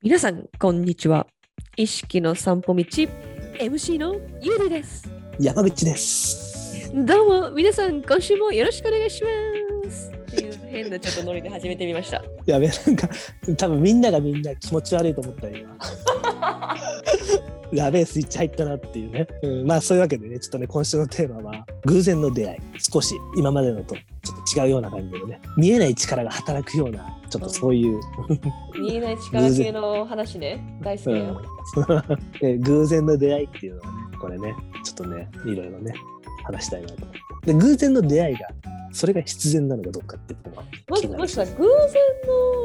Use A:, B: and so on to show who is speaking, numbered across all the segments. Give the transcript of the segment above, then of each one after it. A: 皆さんこんにちは意識の散歩道 MC のゆうりです
B: 山口です。
A: どうも皆さん今週もよろしくお願いしますっていう変なちょっとノリで始めてみました
B: やべ、なんか、多分みんながみんな気持ち悪いと思ったよ、今。やべえ、スイッチ入ったなっていうね。うん、まあ、そういうわけでね、ちょっとね、今週のテーマは、偶然の出会い。少し、今までのとちょっと違うような感じでね、見えない力が働くような、ちょっとそういう、
A: 見えない力系の話ね大好き
B: うん
A: よ、
B: え偶然の出会いっていうのはね、これね、ちょっとね、いろいろね、話したいなと。で、偶然の出会いが、それが必然なのかどうかっていうのは。
A: もしもしさ偶然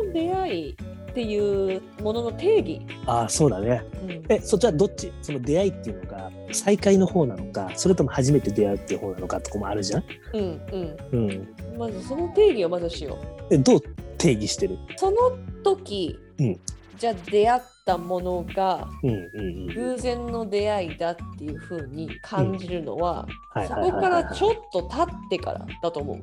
A: の出会いっていうものの定義、
B: ああ、そうだね。
A: うん
B: えそっちはどっちその出会いっていうのが再会の方なのかそれとも初めて出会うっていう方なのかとかもあるじゃん、
A: うん
B: うん、
A: うんまずその定義をまずしよう
B: えどう定義してる
A: その時、
B: うん
A: じゃあ出会ったものが
B: うんうんうん
A: 偶然の出会いだっていう風に感じるのは、
B: はい
A: そ
B: はいはい
A: こ
B: は
A: か
B: いは
A: ら
B: い
A: ちょっと経ってからだと思う。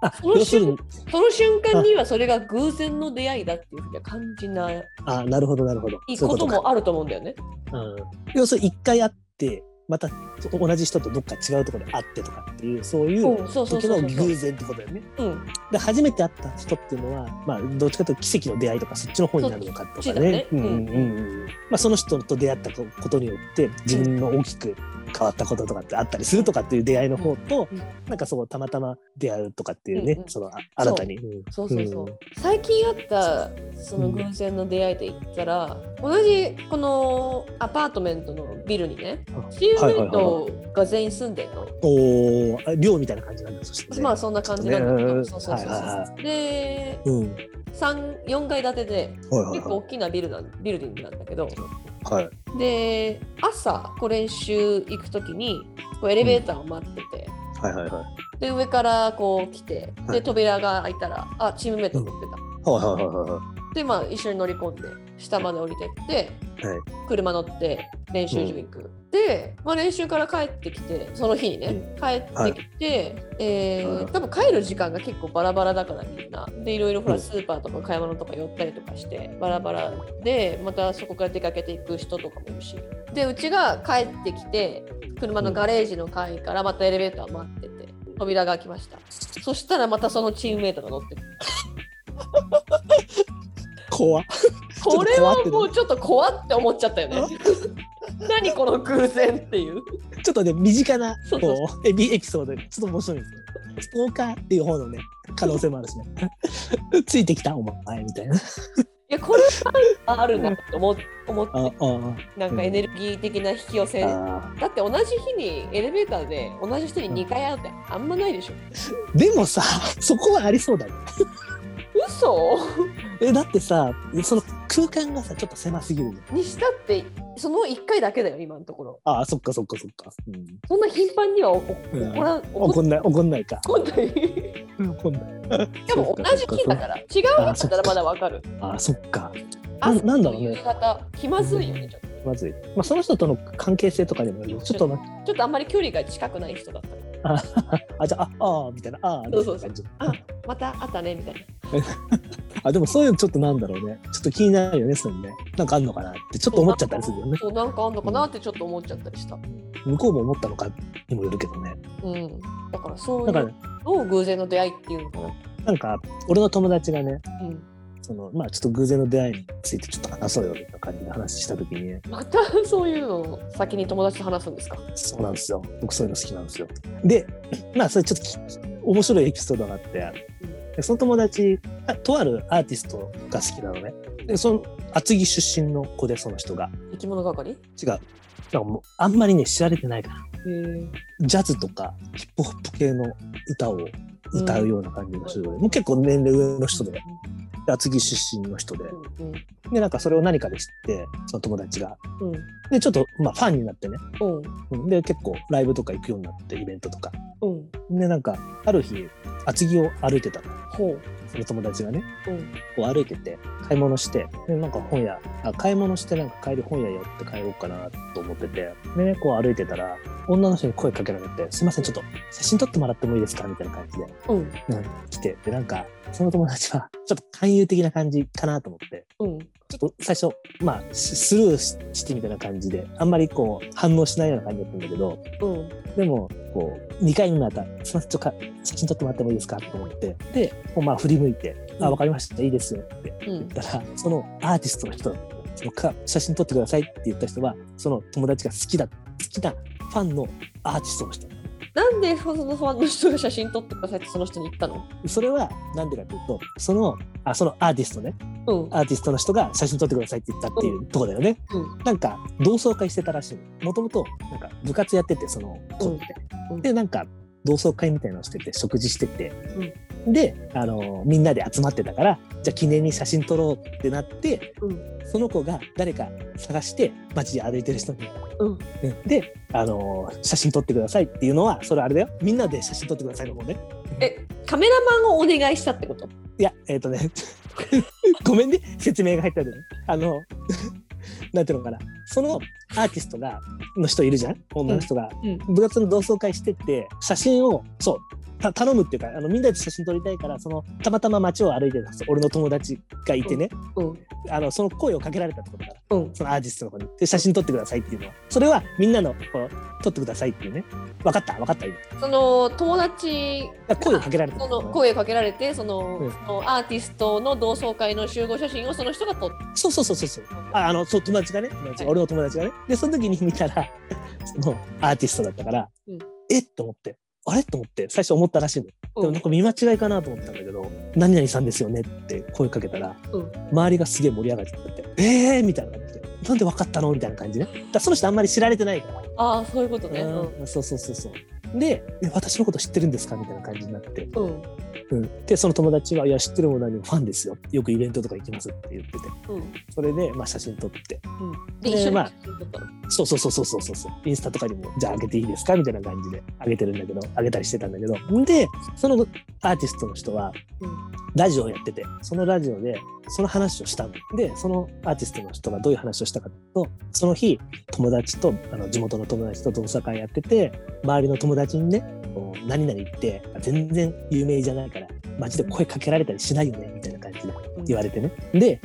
B: あ
A: その
B: 要するに
A: その瞬間にはそれが偶然の出会いだっていうふうには感じない
B: あなるほどなるほどそうい
A: こ
B: うこととか
A: もあると思うんだよね。
B: うん、要するに一回会ってまた同じ人とどっか違うところで会ってとかっていうそういう
A: うんそうそう
B: 時
A: そう
B: の
A: そう
B: 偶然ってことだよね
A: うん、
B: で初めて会った人っていうのは、まあ、どっちかというと奇跡の出会いとかそっちの方になるのかと
A: そっ
B: か
A: ちだ
B: ね
A: ね
B: うんうんうんまあその人と出会ったことによって自分の大きく変わったこととかってあったりするとかっていう出会いの方と、
A: うん
B: なんかそうたまたま出会うとかっていうね、
A: うんうん
B: そのあ新たに。うん
A: そうそうそう。
B: うん
A: 最近あったその偶然の出会いで言ったら、同じこのアパートメントのビルにね
B: あ
A: チームメイトが全員住んでるの。
B: おーあ寮みたいな感じなんだそして、ね
A: まあそんな感じなんだけど、
B: ね
A: そうそうそうそう。
B: はいはいは
A: で
B: うん
A: 3 4階建てで
B: はいはい
A: 結構
B: は
A: 大きなビルなんビルディングなんだけど
B: いはい
A: で朝こう練習行く時にこうエレベーターを待ってて、
B: はいはいはいはい
A: で上からこう来て
B: は
A: で
B: い
A: 扉が開いたらあチームメイト乗ってた、
B: はいはいは
A: でまあ一緒に乗り込んで下まで降りてって、
B: はい
A: 車乗って練習場行く、で、まあ、練習から帰ってきてその日にね、
B: うん
A: 帰ってきて、えー
B: はい
A: 多分帰る時間が結構バラバラだからみんなでいろいろほら
B: うん
A: スーパーとか買い物とか寄ったりとかしてバラバラでまたそこから出かけていく人とかもいるしでうちが帰ってきて車のガレージの階からまたエレベーター待ってて扉が開きましたそしたらまたそのチームメイトが乗ってて
B: 怖っょっと
A: これは
B: 怖ってな
A: もうちょっと怖って思っちゃったよ ね何この偶然っていう
B: ちょっとね身近な
A: そうそう
B: こうエピエピソードでちょっと面白いんですよストーカーっていう方のね可能性もあるしね ついてきたお前みたいない
A: やこれはあるなと思思っ
B: ああ
A: てなんかエネルギー的な引き寄せ
B: あ
A: だ
B: あ
A: って同じ日にエレベーターで同じ人に2回会うってあんまないでしょ
B: あでもさそこはありそうだね
A: 嘘
B: えだってさその空間がさちょっと狭すぎるね
A: にしたってその1回だけだよ今のところ
B: ああそっかそっかそっか、うん
A: そんな頻繁には起こ
B: うん
A: 起こらん起こ
B: 怒んない怒んないか
A: っない で
B: 怒んない
A: も同じ日だから違う日だったらまだわかる
B: ああそっかな
A: 朝
B: なんだ
A: と
B: ろう
A: 夕
B: ね
A: 方気まずいよねちょっと
B: まずい、まあ、その人との関係性とかにもよるちょっとな
A: ちょっとあんまり距離が近くない人だったから
B: あじゃあああみたいなああみたいな感じ
A: あまたあったねみたいな
B: あでもそういうのちょっとなんだろうねちょっと気になるよねそういうのねなんかあんのかなってちょっと思っちゃったりするよね
A: そうなんかあんのかなってちょっと思っちゃったりした
B: 向こうも思ったのかにもよるけどね
A: うんだからそうい
B: だ
A: う
B: から
A: の
B: ね
A: を偶然の出会いっていうのかな
B: なんか俺の友達がね
A: うん
B: そのまあちょっと偶然の出会いについてちょっと話そうよみたいな感じで話した時に
A: またそういうのを先に友達と話すんですか
B: そうなんですよ僕そういうの好きなんですよで まあそれちょっとき面白いエピソードがあってでその友達あとあるアーティストが好きなのねでその厚木出身の子でその人が
A: 生き物係へ
B: 違うなんかもうあんまりね知られてないから
A: え
B: ジャズとかヒップホップ系の歌を歌うような感じの人で、もう結構年齢上の人で厚木出身の人で
A: うん
B: でなんかそれを何かで知ってその友達が
A: うん
B: でちょっとまあファンになってね
A: うん
B: うんで結構ライブとか行くようになってイベントとか
A: うん
B: でなんかある日厚木を歩いてたの
A: ほう
B: その友達がね、
A: うん
B: こう歩いてて、買い物して、で、なんか本屋、あ、買い物して、なんか帰り本屋寄って帰ろうかなと思ってて、でね、こう歩いてたら、女の人に声かけられて、すいません、ちょっと写真撮ってもらってもいいですかみたいな感じで、
A: うん
B: うん、来て、で、なんか、その友達は、ちょっと勧誘的な感じかなと思って、
A: うん
B: ちょっと最初、まあ、ススルーししてみたいな感じで、あんまりこう、反応しないような感じだったんだけど、
A: うん
B: でも、こう、2回目また、すみません、ちょっとか写真撮ってもらってもいいですかと思って、で、こうまあ、振り向いて、
A: う
B: あ、
A: ん
B: わかりました、いいですよって
A: う
B: 言っ
A: ん
B: たら、そのアーティストの人、そのか写真撮ってくださいって言った人は、その友達が好きだ、好きなファンのアーティストの人。
A: なんでそのファンの人が写真撮ってくださいってその人に言ったの
B: それは、なんでかっていうと、その、あ、そのアーティストね、
A: うん
B: アーティストの人が写真撮ってくださいって言ったっていうとこだよね。
A: うん
B: なんか同窓会してたらしいの。もともとなんか部活やっててその子って、
A: うんうん
B: でなんか同窓会みたいなのしてて食事してて、であのみんなで集まってたからじゃあ記念に写真撮ろうってなって、
A: うん
B: その子が誰か探して街で歩いてる人に、
A: うん
B: うんであの写真撮ってくださいっていうのはそれあれだよみんなで写真撮ってくださいの方ね。
A: えカメラマンをお願いしたってこと
B: いや、えっ、とね、 ごめんね、説明が入ったんでね。あの、なんていうのかな、そのアーティストが、の人いるじゃん女の人が、
A: うん
B: 部活の同窓会してって、写真を、そう、た頼むっていうか、あのみんなで写真撮りたいから、その、たまたま街を歩いてた俺の友達がいてね、
A: うん
B: あの、その声をかけられたってことだから、
A: うん
B: そのアーティストの方に。で、写真撮ってくださいっていうのは、それはみんなの、こう、撮ってくださいっていうね、分かった、分かった、今。だか
A: その友達
B: ら声をかけられたって
A: そ
B: こと
A: の
B: だね
A: 声をかけられてその,、
B: うん
A: そのアーティストの同窓会の集合写真をその人が撮って
B: そうそうそうそうそう。ああの、そう、友達がね、友達
A: は
B: が
A: い
B: 俺の友達がね。で、その時に見たら、 そのアーティストだったから、
A: うん
B: えっと思って、あれと思って、最初思ったらしいの。で
A: う
B: もなん
A: ん
B: か見間違いかなと思ったんだけど、何々さんですよねって声かけたら、
A: うん
B: 周りがすげえ盛り上がっちゃって、えーみたいな感じで、なんで分かったのみたいな感じね。だからその人あんまり知られてないから。
A: ああそういうことねうん
B: うんそうそうそうそう。で、え私のこと知ってるんですかみたいな感じになって。
A: うん
B: うん、で、その友達は、いや、知ってるも何もファンですよ。よくイベントとか行きますって言ってて。
A: うん
B: それで、まあ、写真撮って。
A: うんで
B: ね
A: 一緒に
B: まあ
A: 写真撮ったの
B: そうそうそうそうそうそうインスタとかにもじゃあ上げていいですかみたいな感じで上げてるんだけど上げたりしてたんだけどんでそのアーティストの人は
A: うん
B: ラジオをやっててそのラジオでその話をしたのでそのアーティストの人がどういう話をしたかというとその日友達とあの地元の友達と同窓会やってて周りの友達にねこう何々言って全然有名じゃないから街で声かけられたりしないよねみたいな感じで
A: うん
B: 言われてね。で、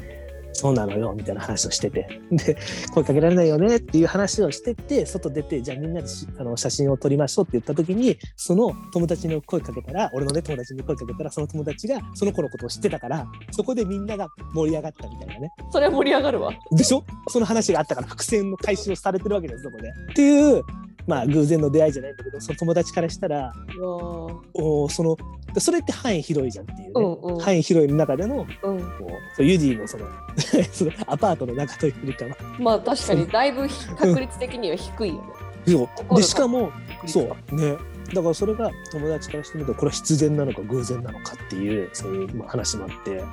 B: そうなのよ、みたいな話をしてて。で、声かけられないよねっていう話をしてて、外出て、じゃあみんなでしあの写真を撮りましょうって言った時に、その友達に声かけたら、俺のね、友達に声かけたら、その友達がその子のことを知ってたから、そこでみんなが盛り上がったみたいなね。
A: それは盛り上がるわ
B: でしょその話があったから、伏線の回収をされてるわけです、そこで。っていう、まあ偶然の出会いじゃないんだけど、その友達からしたら、
A: うわー
B: おーその、それって範囲広いじゃんっていう
A: う
B: ね。
A: んうん
B: 範囲広い中での
A: うん
B: こうそうユディの そのそのアパートの中というかは
A: まあ確かにだいぶひ確率的には低いよね
B: そうでしかも
A: 確率
B: そ
A: は
B: うねだからそれが友達からしてみるとこれは必然なのか偶然なのかっていうそういうまあ話もあって、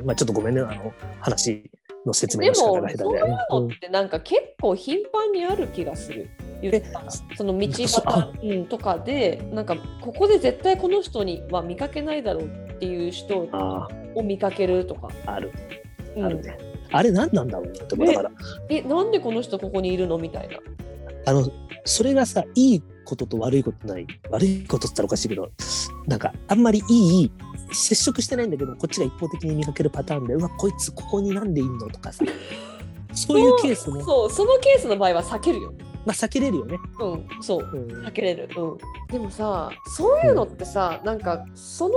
B: うんまあ、ちょっとごめんねあの話の説明
A: で
B: の
A: も
B: 仕方
A: そう
B: が
A: い
B: 下手で。
A: うのってなんか結構頻繁にある気がする。言ったらその道
B: そあ
A: 端、うん、とかでなんかここで絶対この人には見かけないだろうっていう人
B: うんあ
A: を見かけるとか、
B: あある
A: う
B: ある
A: ん、
B: ね、あれ何なんだろうねって思うだ
A: ね
B: から
A: えなんでこの人ここにいるのみたいな。
B: あのそれがさいいことと悪いことない悪いことって言ったらおかしいけどなんかあんまりいい接触してないんだけどこっちが一方的に見かけるパターンでうわこいつここになんでいんのとかさそういうケースも、ま
A: そうそのケースの場合は避けるよ。
B: あ、避けれるよね、
A: うん、そう
B: うん
A: 避けれる、うん、でもさそういうのってさ、なんかその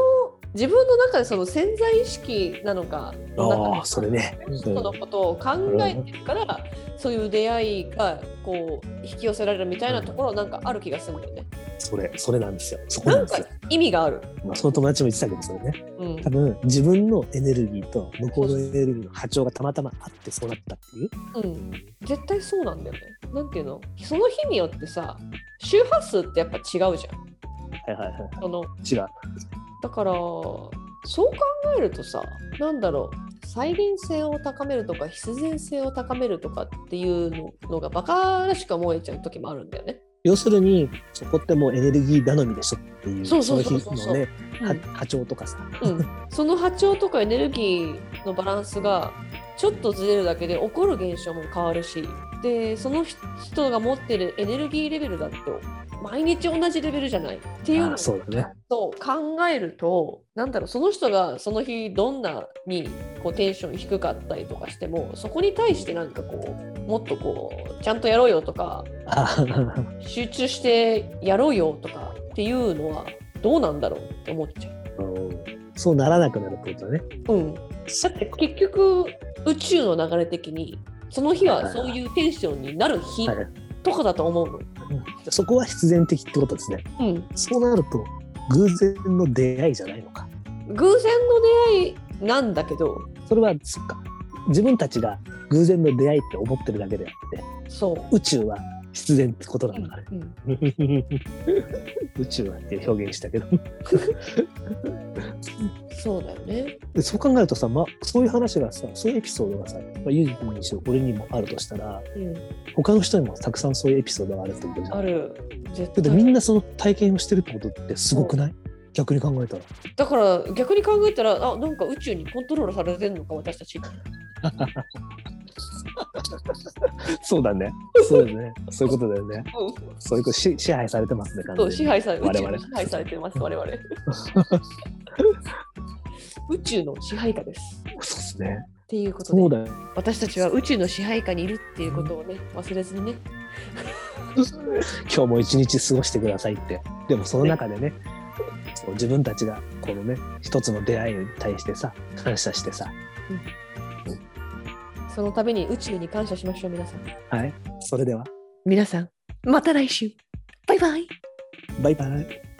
A: 自分の中でその潜在意識なのかの中で
B: ああそれね、うん
A: 人のことを考えてるから、そういう出会いがこう引き寄せられるみたいなところなんかある気がするんだよね。
B: それそれなんですよそこな
A: なんん
B: です
A: か
B: よ、
A: 意味がある。
B: まあ、その友達も言ってたけどそれね
A: うん
B: 多分自分のエネルギーと向こうのエネルギーの波長がたまたまあってそうなったっていう
A: うん、絶対そうなんだよね。なんていうのその日によってさ周波数ってやっぱ違うじゃん。
B: はいはいはい
A: その
B: 違う
A: だからそう考えるとさなんだろう再現性を高めるとか必然性を高めるとかっていうのがバカらしく思えちゃう時もあるんだよね。
B: 要するにそこってもうエネルギー頼みでしょっていう
A: そう
B: そ
A: そ
B: の
A: うそ
B: 日
A: うそう
B: のね、
A: う
B: は
A: ん
B: 波長とかさ
A: うん、その波長とかエネルギーのバランスがちょっとずれるだけで起こる現象も変わるしでその人が持ってるエネルギーレベルだって毎日同じレベルじゃないっていうの
B: あ
A: を
B: そうだね
A: そう考えるとなんだろうその人がその日どんなにこうテンション低かったりとかしてもそこに対してなんかこうもっとこうちゃんとやろうよとか
B: あ
A: 集中してやろうよとかっていうのはどうなんだろうって思っちゃう。
B: うんそうならなくなるってことだね
A: うん、だって結局宇宙の流れ的にその日はそういうテンションになる日
B: はい
A: とかだと思うの。
B: そこは必然的ってことですね
A: うん、
B: そうなると偶然の出会いじゃないのか
A: 偶然の出会いなんだけど
B: それはそっか自分たちが偶然の出会いって思ってるだけであって
A: そう。
B: 宇宙は必然ってことなんだから、
A: うん、
B: 宇宙はって表現したけど
A: そうだよね。
B: でそう考えるとさ、ま、そういう話がさそういうエピソードがさ、まあ、ユージ君にしろ俺にもあるとしたら
A: うん
B: 他の人にもたくさんそういうエピソードがあるってことじゃん
A: ある絶
B: だって
A: 対
B: みんなその体験をしてるってことってすごくない逆に考えたら
A: だから逆に考えたらあなんか宇宙にコントロールされてるのか私たち
B: そうだねそうだね そういうことだよねそういうことし支配されてますね感
A: そう支配され宇
B: 我
A: 宙
B: 々
A: に支配されてます我 々宇宙の支配下ですっ
B: そうですね
A: ていうことで
B: そうだよ
A: 私たちは宇宙の支配下にいるっていうことをね忘れずにね
B: 今日も一日過ごしてくださいってでもその中でねそう自分たちがこのね一つの出会いに対してさ感謝してさ
A: そのために宇宙に感謝しましょう皆さん
B: はいそれでは
A: 皆さんまた来週バイバイ
B: バイバイ